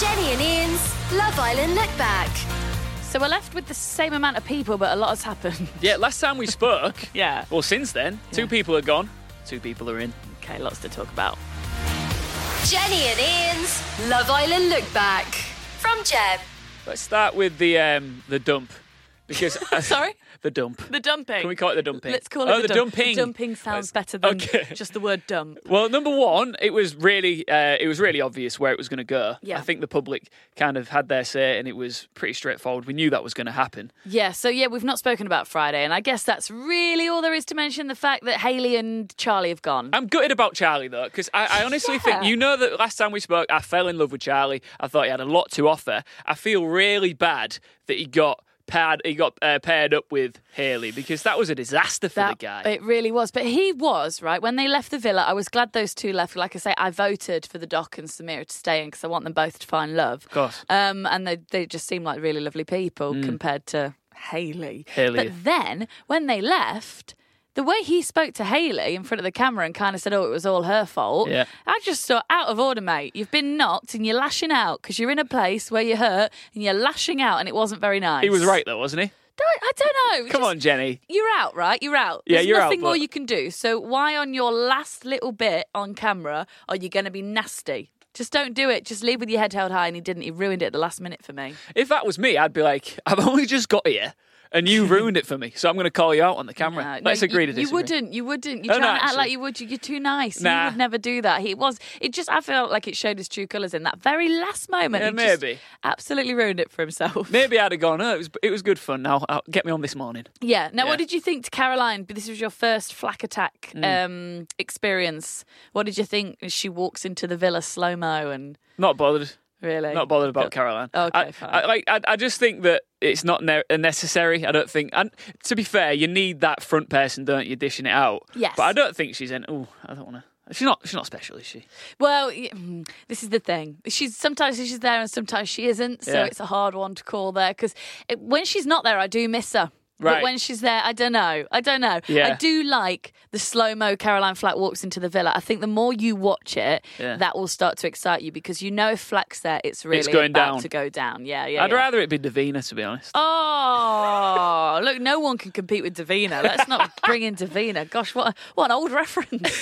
Jenny and Ian's Love Island Look Back. So we're left with the same amount of people, but a lot has happened. Yeah, last time we spoke, Yeah. well, since then, two people are gone, two people are in. Okay, lots to talk about. Jenny and Ian's Love Island Look Back. From Jeb. Let's start with the um, the dump, because Sorry? the dump. The dumping. Can we call it the dumping? Let's call it oh, the, the dump. dumping. Dumping sounds better than Okay. just the word dump. Well, number one, it was really uh, it was really obvious where it was going to go. Yeah. I think the public kind of had their say, and it was pretty straightforward. We knew that was going to happen. Yeah, so yeah, we've not spoken about Friday, and I guess that's really all there is to mention the fact that Haley and Charlie have gone. I'm gutted about Charlie though, because I, I honestly think Yeah. you know that last time we spoke, I fell in love with Charlie. I thought he had a lot to offer. I feel really bad that he got paired he got uh, paired up with Haley because that was a disaster for that the guy. it really was, but he was right when they left the villa. I was glad those two left. Like I say, I voted for the Doc and Samira to stay in because I want them both to find love. Of course. Mm. um, and they they just seem like really lovely people compared to Haley. Hayley. But then when they left. The way he spoke to Haley in front of the camera and kind of said, "Oh, it was all her fault." Yeah. I just thought, out of order, mate. You've been knocked and you're lashing out because you're in a place where you're hurt and you're lashing out, and it wasn't very nice. he was right though, wasn't he? Don't- I don't know. Come Just- on, Jenny. you're out, right? You're out. Yeah, There's you're out, nothing more but- you can do. So why on your last little bit on camera are you going to be nasty? Just don't do it. Just leave with your head held high. And he didn't. He ruined it at the last minute for me. If that was me, I'd be like, I've only just got here. And you ruined it for me, so I'm going to call you out on the camera. No, no, Let's agree you, to disagree. You wouldn't. You wouldn't. You're Oh, no, trying to act actually. like you would. You- You're too nice. Nah. You would never do that. He was. It just. I felt like it showed his true colours in that very last moment. Yeah, He just maybe. Absolutely ruined it for himself. Maybe I'd have gone. Oh, it was it was good fun. Now I'll get me on this morning. Yeah. Now, Yeah. what did you think to Caroline? This was your first flak attack Mm. um, experience. What did you think as she walks into the villa slow mo and Not bothered. really? Not bothered about Caroline. Oh, Okay, I, fine. I, like I, I just think that it's not ne- necessary. I don't think. And to be fair, you need that front person, don't you, dishing it out? Yes. But I don't think she's in. Oh, I don't want to. She's not. She's not special, is she? Well, y- mm, this is the thing. She's sometimes she's there and sometimes she isn't. So Yeah. it's a hard one to call there because when she's not there, I do miss her. But Right. when she's there, I don't know. I don't know. Yeah. I do like the slow mo Caroline Flack walks into the villa. I think the more you watch it, Yeah. that will start to excite you because you know if Flack's there, it's really going about down. to go down. Yeah, yeah. I'd yeah. rather it be Davina, to be honest. Oh, look, no one can compete with Davina. Let's not bring in Davina. Gosh, what what an old reference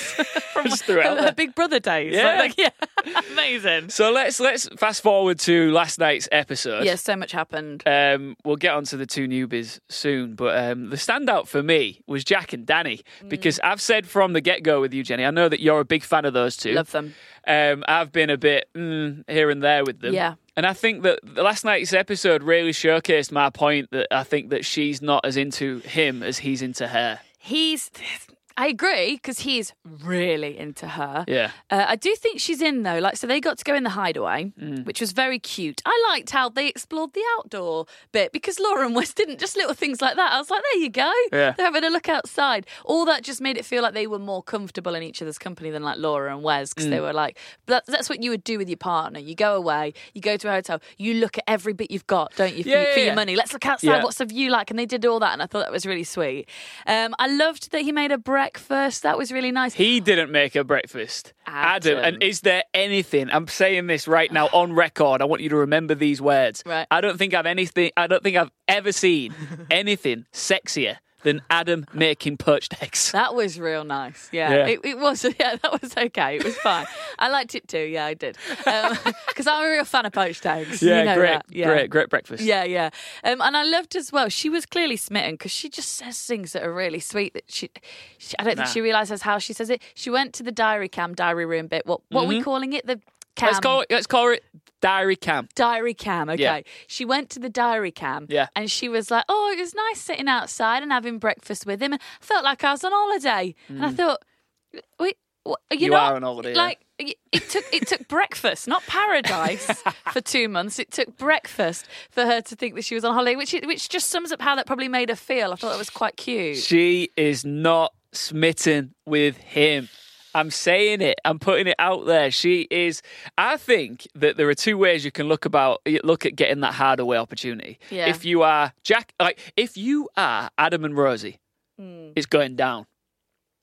from Just threw it her, out her there. Big Brother days. Yeah. Like, yeah. amazing. So let's let's fast forward to last night's episode. Yeah, so much happened. Um, we'll get on to the two newbies soon, but um, the standout for me was Jack and Danny Mm. because I've said from the get go with you, Jenny. I know that you're a big fan of those two. Love them. Um, I've been a bit mm, here and there with them. Yeah. And I think that the last night's episode really showcased my point that I think that she's not as into him as he's into her. He's, I agree, because he's really into her. Yeah. Uh, I do think she's in though. Like, so they got to go in the hideaway, Mm. which was very cute. I liked how they explored the outdoor bit because Laura and Wes didn't just little things like that. I was like, there you go. Yeah. They're having a look outside. All that just made it feel like they were more comfortable in each other's company than like Laura and Wes because Mm. they were like, that, that's what you would do with your partner. You go away, you go to a hotel, you look at every bit you've got, don't you, for, Yeah, yeah, for your yeah. money? Let's look outside. Yeah. What's the view like? And they did all that, and I thought that was really sweet. Um, I loved that he made a breakfast. That was really nice. He didn't make her breakfast. Adam. and is there anything? I'm saying this right now on record. I want you to remember these words. Right. I don't think I've anything. I don't think I've ever seen anything sexier than Adam making poached eggs. That was real nice. Yeah, Yeah. It, it was. Yeah, that was okay. It was fine. I liked it too. Yeah, I did. Because I'm a real fan of poached eggs. Yeah, you know great, that. Yeah. great, great breakfast. Yeah, yeah. Um, and I loved as well. She was clearly smitten because she just says things that are really sweet. That she, she I don't think Nah. she realizes how she says it. She went to the diary cam, diary room bit. What what are we calling it? The cam. Mm-hmm. Let's call it. Let's call it diary cam. Diary cam, okay. Yeah. She went to the diary cam Yeah. and she was like, Oh, it was nice sitting outside and having breakfast with him. And I felt like I was on holiday. And I thought, Wait, what, you, Mm. You not- are on holiday, yeah. Like, y- it took it took breakfast, not paradise, for two months. It took breakfast for her to think that she was on holiday, which which just sums up how that probably made her feel. I thought that was quite cute. She is not smitten with him. I'm saying it. I'm putting it out there. She is. I think that there are two ways you can look about look at getting that Hardaway opportunity. Yeah. If you are Jack, like if you are Adam and Rosie, it's going down.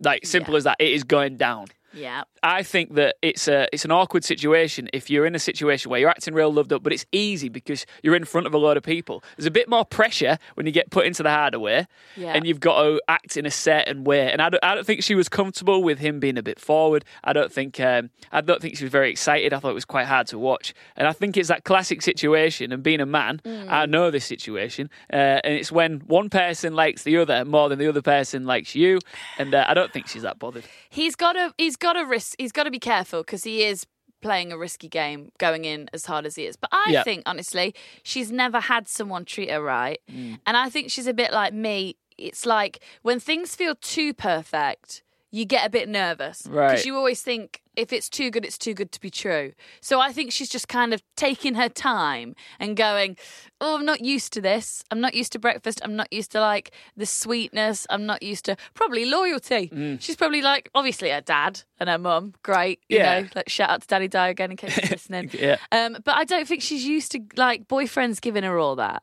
Like simple as that. It is going down. Yeah. I think that it's a it's an awkward situation if you're in a situation where you're acting real loved up, but it's easy because you're in front of a lot of people. There's a bit more pressure when you get put into the harder way, Yeah. and you've got to act in a certain way. And I don't, I don't think she was comfortable with him being a bit forward. I don't think um, I don't think she was very excited. I thought it was quite hard to watch, and I think it's that classic situation. And being a man, I know this situation, uh, and it's when one person likes the other more than the other person likes you, and uh, I don't think she's that bothered. He's got to he's got to risk he's got to be careful because he is playing a risky game going in as hard as he is. But I Yeah. think honestly, she's never had someone treat her right. Mm. And I think she's a bit like me. It's like when things feel too perfect, you get a bit nervous Right. you always think if it's too good it's too good to be true. So I think she's just kind of taking her time and going, "Oh, I'm not used to this. I'm not used to breakfast. I'm not used to like the sweetness. I'm not used to probably loyalty." Mm. She's probably like obviously her dad and her mum, great, you Yeah. know. Like shout out to Daddy Di again in case you're listening. Yeah. Um but I don't think she's used to like boyfriends giving her all that.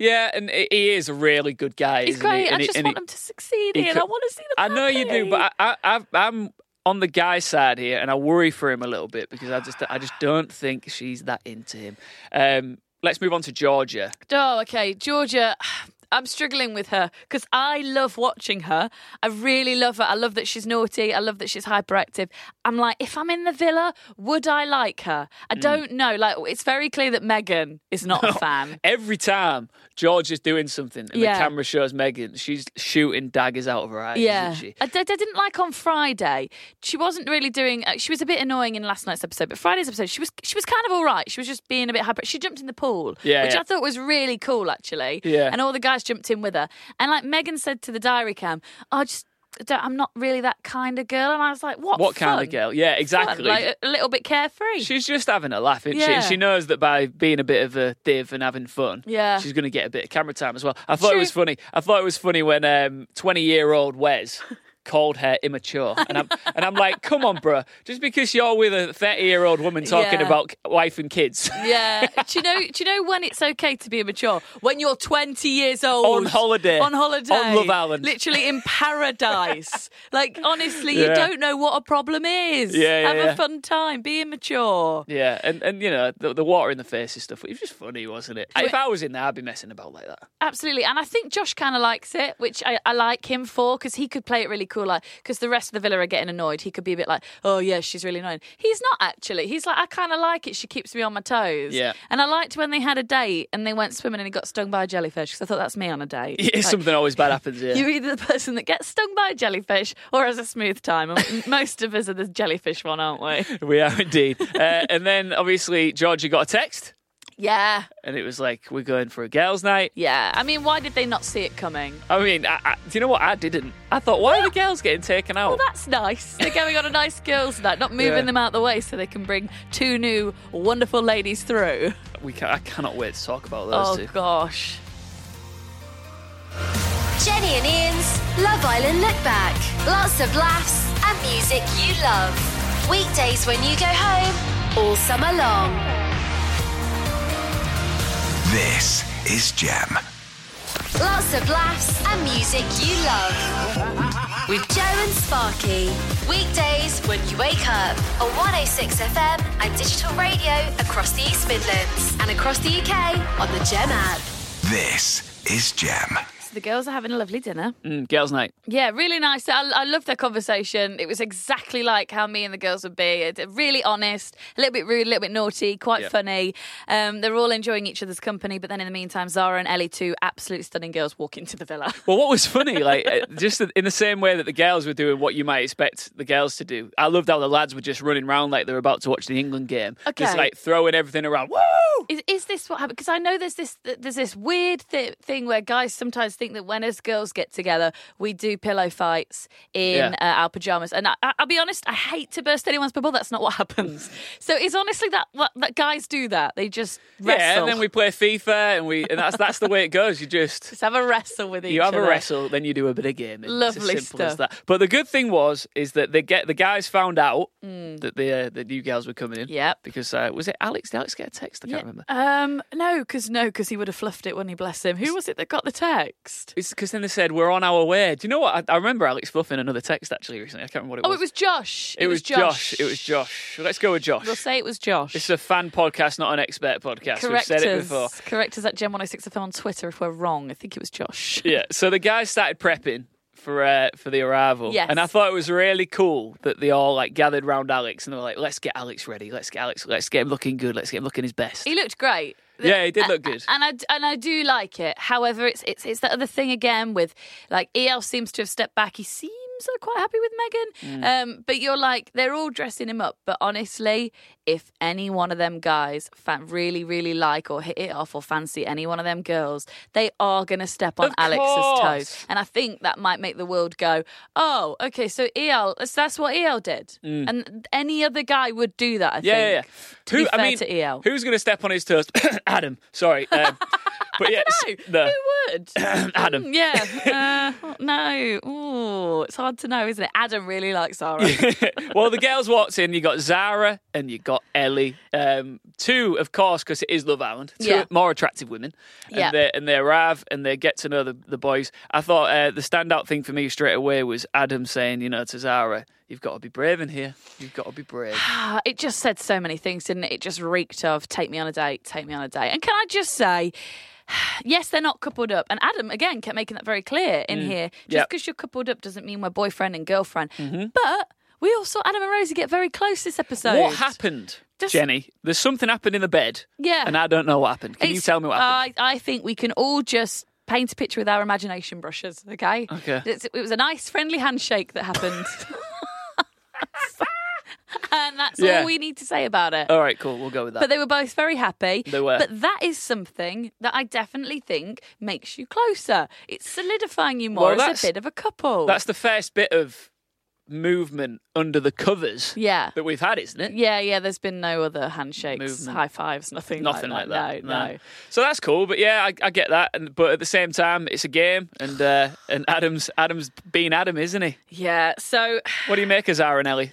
Yeah, and he he is a really good guy. He's isn't he? great. I And he- just and want he- them to succeed he and could- I want to see I them know you do, happy. but I, I, I've, I'm on the guy's side here, and I worry for him a little bit because I just, I just don't think she's that into him. Um, let's move on to Georgia. Oh, okay. Georgia, I'm struggling with her because I love watching her. I really love her. I love that she's naughty. I love that she's hyperactive. I'm like, if I'm in the villa, would I like her? I don't know. Like, it's very clear that Megan is not a fan. Every time Georgia's doing something, and Yeah. the camera shows Megan, she's shooting daggers out of her eyes. Yeah, isn't she? I, d- I didn't like on Friday. She wasn't really doing. Uh, she was a bit annoying in last night's episode, but Friday's episode, she was she was kind of all right. She was just being a bit hyper. She jumped in the pool, Yeah, which yeah. I thought was really cool actually. Yeah. and all the guys jumped in with her. And like Megan said to the diary cam, "Oh, I just don't, I'm not really that kind of girl. And I was like, what? What kind fun. of girl? Yeah, Fun, exactly. like a little bit carefree. She's just having a laugh, isn't she? Yeah. And she knows that by being a bit of a div and having fun, Yeah. she's going to get a bit of camera time as well. I thought True. it was funny. I thought it was funny when um, 20-year-old Wes called her immature. And I'm, and I'm like, come on, bro. Just because you're with a 30-year-old woman talking Yeah. about wife and kids Yeah. do you know? Do you know when it's okay to be immature? When you're 20 years old On holiday. on holiday, On Love Island. literally in paradise. like honestly, you Yeah. don't know what a problem is. Yeah, yeah, have yeah. a fun time. Be immature. Yeah, and, and you know, the, the water in the face and stuff. It was just funny, wasn't it? If I was in there, I'd be messing about like that. Absolutely. And I think Josh kind of likes it, which I, I like him for because he could play it really cool. Like, because the rest of the villa are getting annoyed. He could be a bit like, oh, yeah, she's really annoying. He's not actually. He's like, I kind of like it. She keeps me on my toes. Yeah. And I liked when they had a date and they went swimming and he got stung by a jellyfish because I thought that's me on a date. Yeah, Like, something always bad happens here. You're either the person that gets stung by a jellyfish or has a smooth time. And most of us are the jellyfish one, aren't we? we are indeed. uh, and then, obviously, Georgia got a text. Yeah. And it was like, we're going for a girls' night. Yeah. I mean, why did they not see it coming? I mean, I, I, do you know what? I didn't. I thought, why are the girls getting taken out? That's nice. They're going on a nice girls' night, not moving Yeah. them out the way so they can bring two new wonderful ladies through. we can, I cannot wait to talk about Oh those two. gosh. Jenny and Ian's Love Island Look Back. Lots of laughs and music you love. Weekdays when you go home, all summer long. This is Jam. Lots of laughs and music you love. With Joe and Sparky. Weekdays when you wake up on 106 FM and digital radio across the East Midlands and across the UK on the Gem app. This is Jam. So the girls are having a lovely dinner. Mm, girls' night. Yeah, really nice. I, I love their conversation. It was exactly like how me and the girls would be. It- Really honest, a little bit rude, a little bit naughty, quite Yeah. funny. Um, they're all enjoying each other's company, but then in the meantime, Zara and Ellie, two absolute stunning girls, walk into the villa. Well, what was funny, like, uh, just in the same way that the girls were doing what you might expect the girls to do, I loved how the lads were just running around like they were about to watch the England game. Okay. Just like throwing everything around. Woo! Is, is this what happened? Because I know there's this there's this weird th- thing where guys sometimes think that when us girls get together, we do pillow fights in Yeah. uh, our pajamas. And I, I- I'll be honest, I hate to burst anyone's bubble. That's not what happens. so it's honestly that what that guys do that they just wrestle. Yeah, and then we play FIFA, and we and that's that's the way it goes. You just just have a wrestle with each you have other. a wrestle, then you do a bit of gaming. Lovely it's as simple as stuff. that. But the good thing was is that they get the guys found out that the uh, the new girls were coming in. Mm. Yep. Because uh, was it Alex? Did Alex get a text? I Yeah, can't remember. remember. Um, no, because no, because he would have fluffed it, wouldn't he? Bless him. Who was it that got the text? It's because then they said we're on our way. Do you know what? I, I remember Alex fluffing another text actually recently. I can't remember what it Oh, was. it was Josh. It was Josh. It was Josh. Let's go with Josh. We'll say it was Josh. It's a fan podcast, not an expert podcast. correct We've said it us. before. Correct us at Gem 106FM on Twitter if we're wrong. I think it was Josh. Yeah. So the guys started prepping for uh, for the arrival. Yes. And I thought it was really cool that they all like gathered round Alex and they were like, "Let's get Alex ready. Let's get Alex. Let's get him looking good. Let's get him looking his best." He looked great. Yeah, he did look good. And I and I do like it. However, it's it's it's that other thing again with like El seems to have stepped back. He seems quite happy with Megan. Mm. Um, but you're like they're all dressing him up. But honestly, if any one of them guys fan really really like or hit it off or fancy any one of them girls, they are gonna step on Of Alex's course. toes. And I think that might make the world go, oh, okay, so El, so that's what El did. And any other guy would do that, I Mm. yeah, yeah, yeah. think. To be fair to E El. who's going to step on his toes? Adam. Sorry. Um, but No, yeah, s- the- who would? Adam. Mm, Yeah. Uh, no. Ooh, it's hard to know, isn't it? Adam really likes Zara. well, the girls walked in. You got Zara and you got Ellie. Um, two, of course, because it is Love Island. Two Yeah. more attractive women. And Yeah. they and they arrive and they get to know the, the boys. I thought uh, the standout thing for me straight away was Adam saying, you know, to Zara, "You've got to be brave in here. You've got to be brave." Ah, it just said so many things, didn't it? It just reeked of take me on a date, take me on a date. And can I just say, yes, they're not coupled up. And Adam, again, kept making that very clear Mm. in here. Just Yep. because you're coupled up doesn't mean we're boyfriend and girlfriend. Mm-hmm. But we all saw Adam and Rosie get very close this episode. what happened, Just- Jenny? There's something happened in the bed. Yeah. And I don't know what happened. Can you It's- tell me what happened? I, I think we can all just paint a picture with our imagination brushes, okay? Okay. It's- it was a nice, friendly handshake that happened. and that's Yeah. all we need to say about it. All right, cool. We'll go with that. But they were both very happy. They were. But that is something that I definitely think makes you closer. It's solidifying you Well, more that's- as a bit of a couple. That's the first bit of movement under the covers yeah. that we've had, isn't it? Yeah, yeah, there's been no other handshakes, Movement. high fives, nothing, Nothing like that. No, no. So that's cool, but yeah, I, I get that. And, but at the same time, it's a game, and uh, and Adams Adams being Adam, isn't he? Yeah, so What do you make of Zara and Ellie?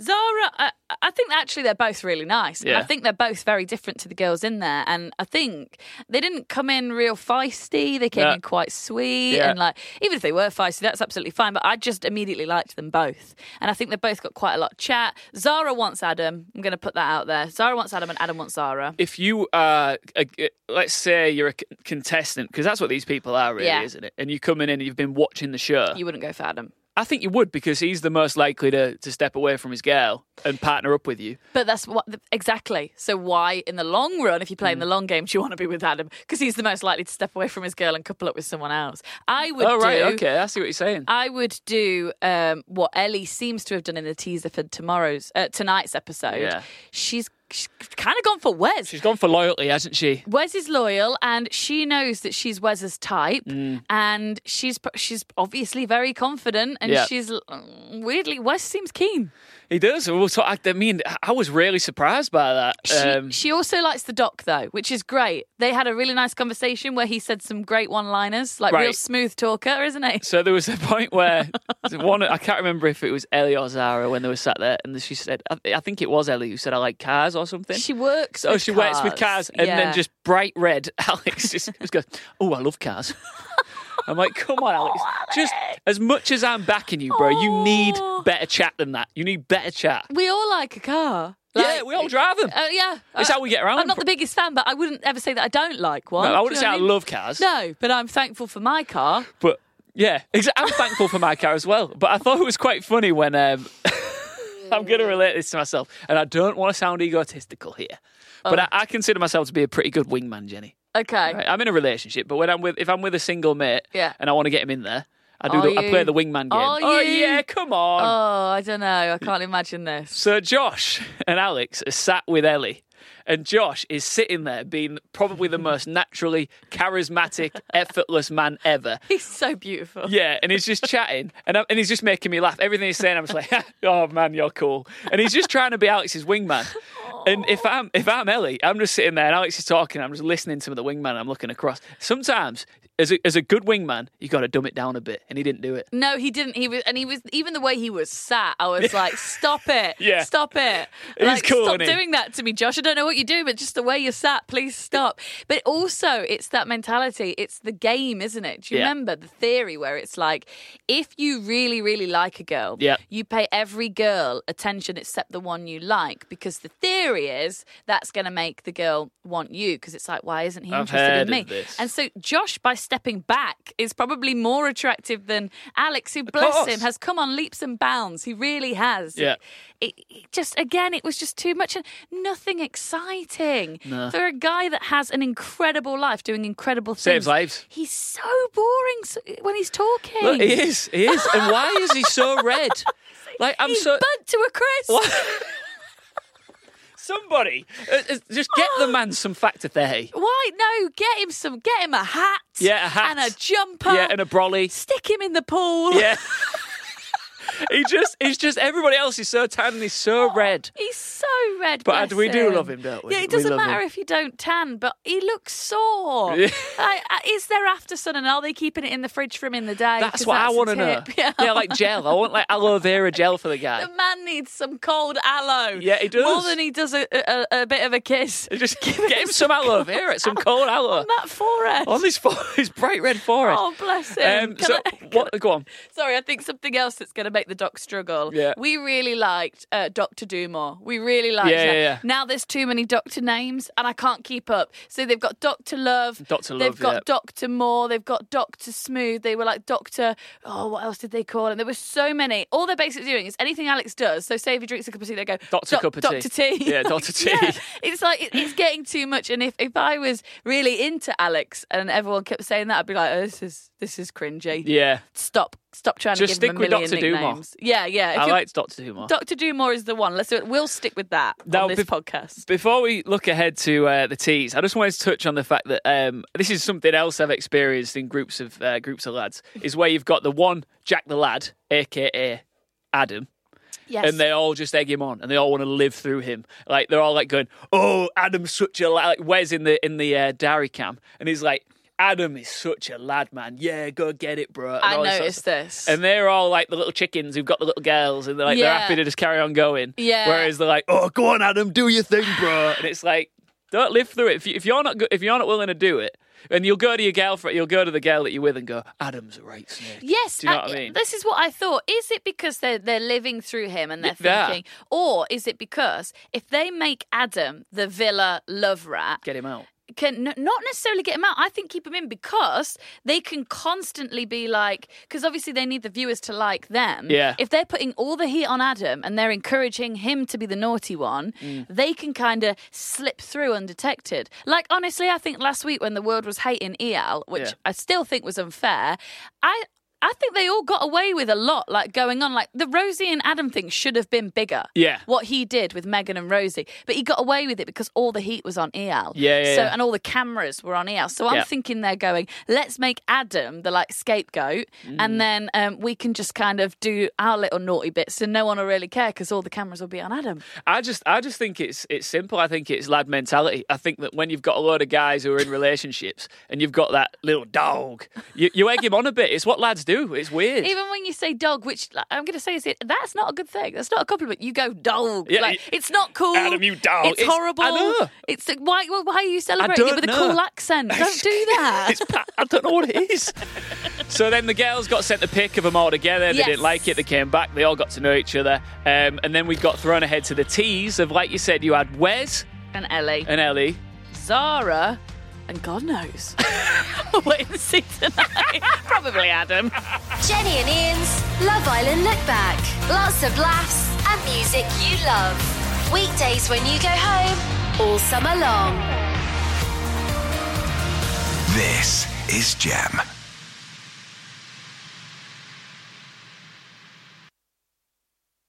Zara, I, I think actually they're both really nice. Yeah. I think they're both very different to the girls in there, and I think they didn't come in real feisty. They came Yeah. in quite sweet, Yeah. and like even if they were feisty, that's absolutely fine. But I just immediately liked them both, and I think they both got quite a lot of chat. Zara wants Adam. I'm going to put that out there. Zara wants Adam, and Adam wants Zara. If you are, a, let's say you're a c- contestant, because that's what these people are, really, Yeah. isn't it? And you come in and you've been watching the show. You wouldn't go for Adam, I think you would because he's the most likely to, to step away from his girl and partner up with you. but that's what exactly. So why, in the long run, if you play Hmm. in the long game, do you want to be with Adam? Because he's the most likely to step away from his girl and couple up with someone else. I would. oh right, do- Uh, okay, I see what you're saying. I would do um, what Ellie seems to have done in the teaser for tomorrow's uh, tonight's episode. Yeah. She's, she's kind of gone for Wes. She's gone for loyalty, hasn't she? Wes is loyal, and she knows that she's Wes's type, and she's she's obviously very confident, and Yeah. she's mm, weirdly Wes seems keen. He does. Well, so I, I mean, I was really surprised by that. um, She, she also likes the doc though, which is great. They had a really nice conversation where he said some great one-liners, like real Right. smooth talker, isn't he? So there was a point where one, I can't remember if it was Ellie or Zara when they were sat there, and she said, I, I think it was Ellie who said, I like cars or something. She works. oh, with she works with cars, and Yeah. then just bright red, Alex just, just goes, Oh, I love cars. I'm like, come on, Alex. Just as much as I'm backing you, bro, you need Aw. better chat than that. You need better chat. we all like a car. yeah, Like- we all drive them. Uh, yeah, It's Uh, how we get around. I'm not the biggest fan, but I wouldn't ever say that I don't like one. No, I Do wouldn't you say know I what mean? love cars. No, but I'm thankful for my car. But yeah, exa- I'm thankful for my car as well. But I thought it was quite funny when um, I'm going to relate this to myself, and I don't want to sound egotistical here, but I, I consider myself to be a pretty good wingman, Jenny. Okay. Right? I'm in a relationship, but when I'm with if I'm with a single mate, Yeah. and I want to get him in there, I do. Are The, I you? play the wingman game. Are oh you? yeah, come on. Oh, I don't know. I can't imagine this. So Josh and Alex are sat with Ellie, and Josh is sitting there being probably the most naturally charismatic, effortless man ever. He's so beautiful. Yeah, and he's just chatting, and i and he's just making me laugh. Everything he's saying, I'm just like, oh man, you're cool. And he's just trying to be Alex's wingman. And if I'm if I'm Ellie, I'm just sitting there, and Alex is talking, I'm just listening to the wingman. I'm looking across. Sometimes as a, as a good wingman, you got to dumb it down a bit, and he didn't do it. No, he didn't. He was, and he was even the way he was sat. I was like, "Stop it! Yeah. stop it! He's Like, cool, stop isn't he? doing that to me, Josh. I don't know what you do, but just the way you're sat, please stop." But also, it's that mentality. It's the game, isn't it? Do you Yeah. remember the theory where it's like, if you really, really like a girl, Yeah. you pay every girl attention except the one you like because the theory is that's going to make the girl want you because it's like, why isn't he I've interested heard in me? of this. And so Josh, by stepping back, is probably more attractive than Alex, who, bless course. him, has come on leaps and bounds. He really has. Yeah. It, it just again, it was just too much and nothing exciting for a guy that has an incredible life, doing incredible things. Saves lives. He's so boring so, when he's talking. Look, he is, he is, and why is he so red? Like I'm he's so. burnt to a crisp. Somebody, uh, uh, just get the man some factor thirty. Why no? Get him some. Get him a hat. Yeah, a hat. and a jumper. Yeah, and a brolly. stick him in the pool. Yeah. he just, he's just, everybody else is so tan and he's so red. He's so red. But bless we do him. love him, don't we? Yeah, it We doesn't love matter him. if you don't tan, but he looks sore. Yeah. Like, uh, is there after sun and are they keeping it in the fridge for him in the day? That's 'Cause what I a want to know. tip. Yeah. like gel. I want like aloe vera gel for the guy. The man needs some cold aloe. Yeah, he does. More than he does a, a, a bit of a kiss. Just give get him some aloe vera, Oh, some cold aloe. On that forehead. On his fore, his bright red forehead. Oh, bless him. Um, Can so, I- can what? Go on. Sorry, I think something else that's going to make the doc struggle. Yeah. We really liked uh, Dr. Dumore. We really liked Yeah, her. yeah, yeah. Now there's too many doctor names and I can't keep up. So they've got Dr. Love. Dr. They've Love, got yeah. Dr. Moore. They've got Dr. Smooth. They were like Dr. Oh, what else did they call him? There were so many. All they're basically doing is anything Alex does. So say if he drinks a cup of tea, they go, Dr. "Doc- Cup of Dr. Tea." Tea. Yeah, Dr. Tea. Yeah. It's like, it- it's getting too much. And if, if I was really into Alex and everyone kept saying that, I'd be like, oh, this is, this is cringy Yeah, stop stop trying Just to give stick him a with million Dr. Dumore. nicknames. Yeah, yeah. If I you're- liked Doctor Who more. Dr. Dumore is the one. Let's do it. We'll stick with that Now, on this bef- podcast. Before we look ahead to uh, the teas, I just wanted to touch on the fact that um, this is something else I've experienced in groups of uh, groups of lads is where you've got the one Jack the lad, aka Adam, Yes. and they all just egg him on, and they all want to live through him. Like they're all like going, "Oh, Adam's such a lad." Like Wes in the in the uh, diary cam, and he's like, "Adam is such a lad, man. Yeah, go get it, bro." and I all this sort of noticed stuff. this. And they're all like the little chickens who've got the little girls, and they're like Yeah. they're happy to just carry on going. Yeah. Whereas they're like, "Oh, go on, Adam, do your thing, bro," and it's like, "Don't live through it. If, you, if you're not go- if you're not willing to do it, and you'll go to your girlfriend, you'll go to the girl that you're with, and go, Adam's a right snake." Yes, Do you know what I mean? This is what I thought. Is it because they're they're living through him and they're Yeah. thinking, or is it because if they make Adam the villa love rat, Get him out. can n- not necessarily get him out. I think keep him in because they can constantly be like, because obviously they need the viewers to like them. Yeah. If they're putting all the heat on Adam and they're encouraging him to be the naughty one, Mm. they can kind of slip through undetected. Like honestly, I think last week when the world was hating El, which Yeah. I still think was unfair, I. I think they all got away with a lot, like going on. Like the Rosie and Adam thing should have been bigger. Yeah. What he did with Megan and Rosie. But he got away with it because all the heat was on El. Yeah, yeah, So yeah. and all the cameras were on EL. So I'm Yeah. thinking they're going, let's make Adam the like scapegoat, Mm. and then um, we can just kind of do our little naughty bits, and no one will really care because all the cameras will be on Adam. I just I just think it's it's simple. I think it's lad mentality. I think that when you've got a load of guys who are in relationships and you've got that little dog, you, you egg him on a bit. It's what lads do. It's weird. Even when you say dog, which like, I'm going to say is it, that's not a good thing. That's not a compliment. You go dog. Yeah, like, y- it's not cool. Adam, you dog. It's, It's- I horrible. know. It's like, why? well, Why are you celebrating it don't with know. a cool accent? Don't do that. It's pa- I don't know what it is. so then the girls got sent the pic of them all together. They Yes. didn't like it. They came back. They all got to know each other. Um, and then we got thrown ahead to the teas of, like you said, you had Wes and Ellie, and Ellie. Zara, and God knows. We'll Wait and see tonight. Probably Adam. Jenny and Ian's Love Island Look Back. Lots of laughs and music you love. Weekdays when you go home, all summer long. This is Jam.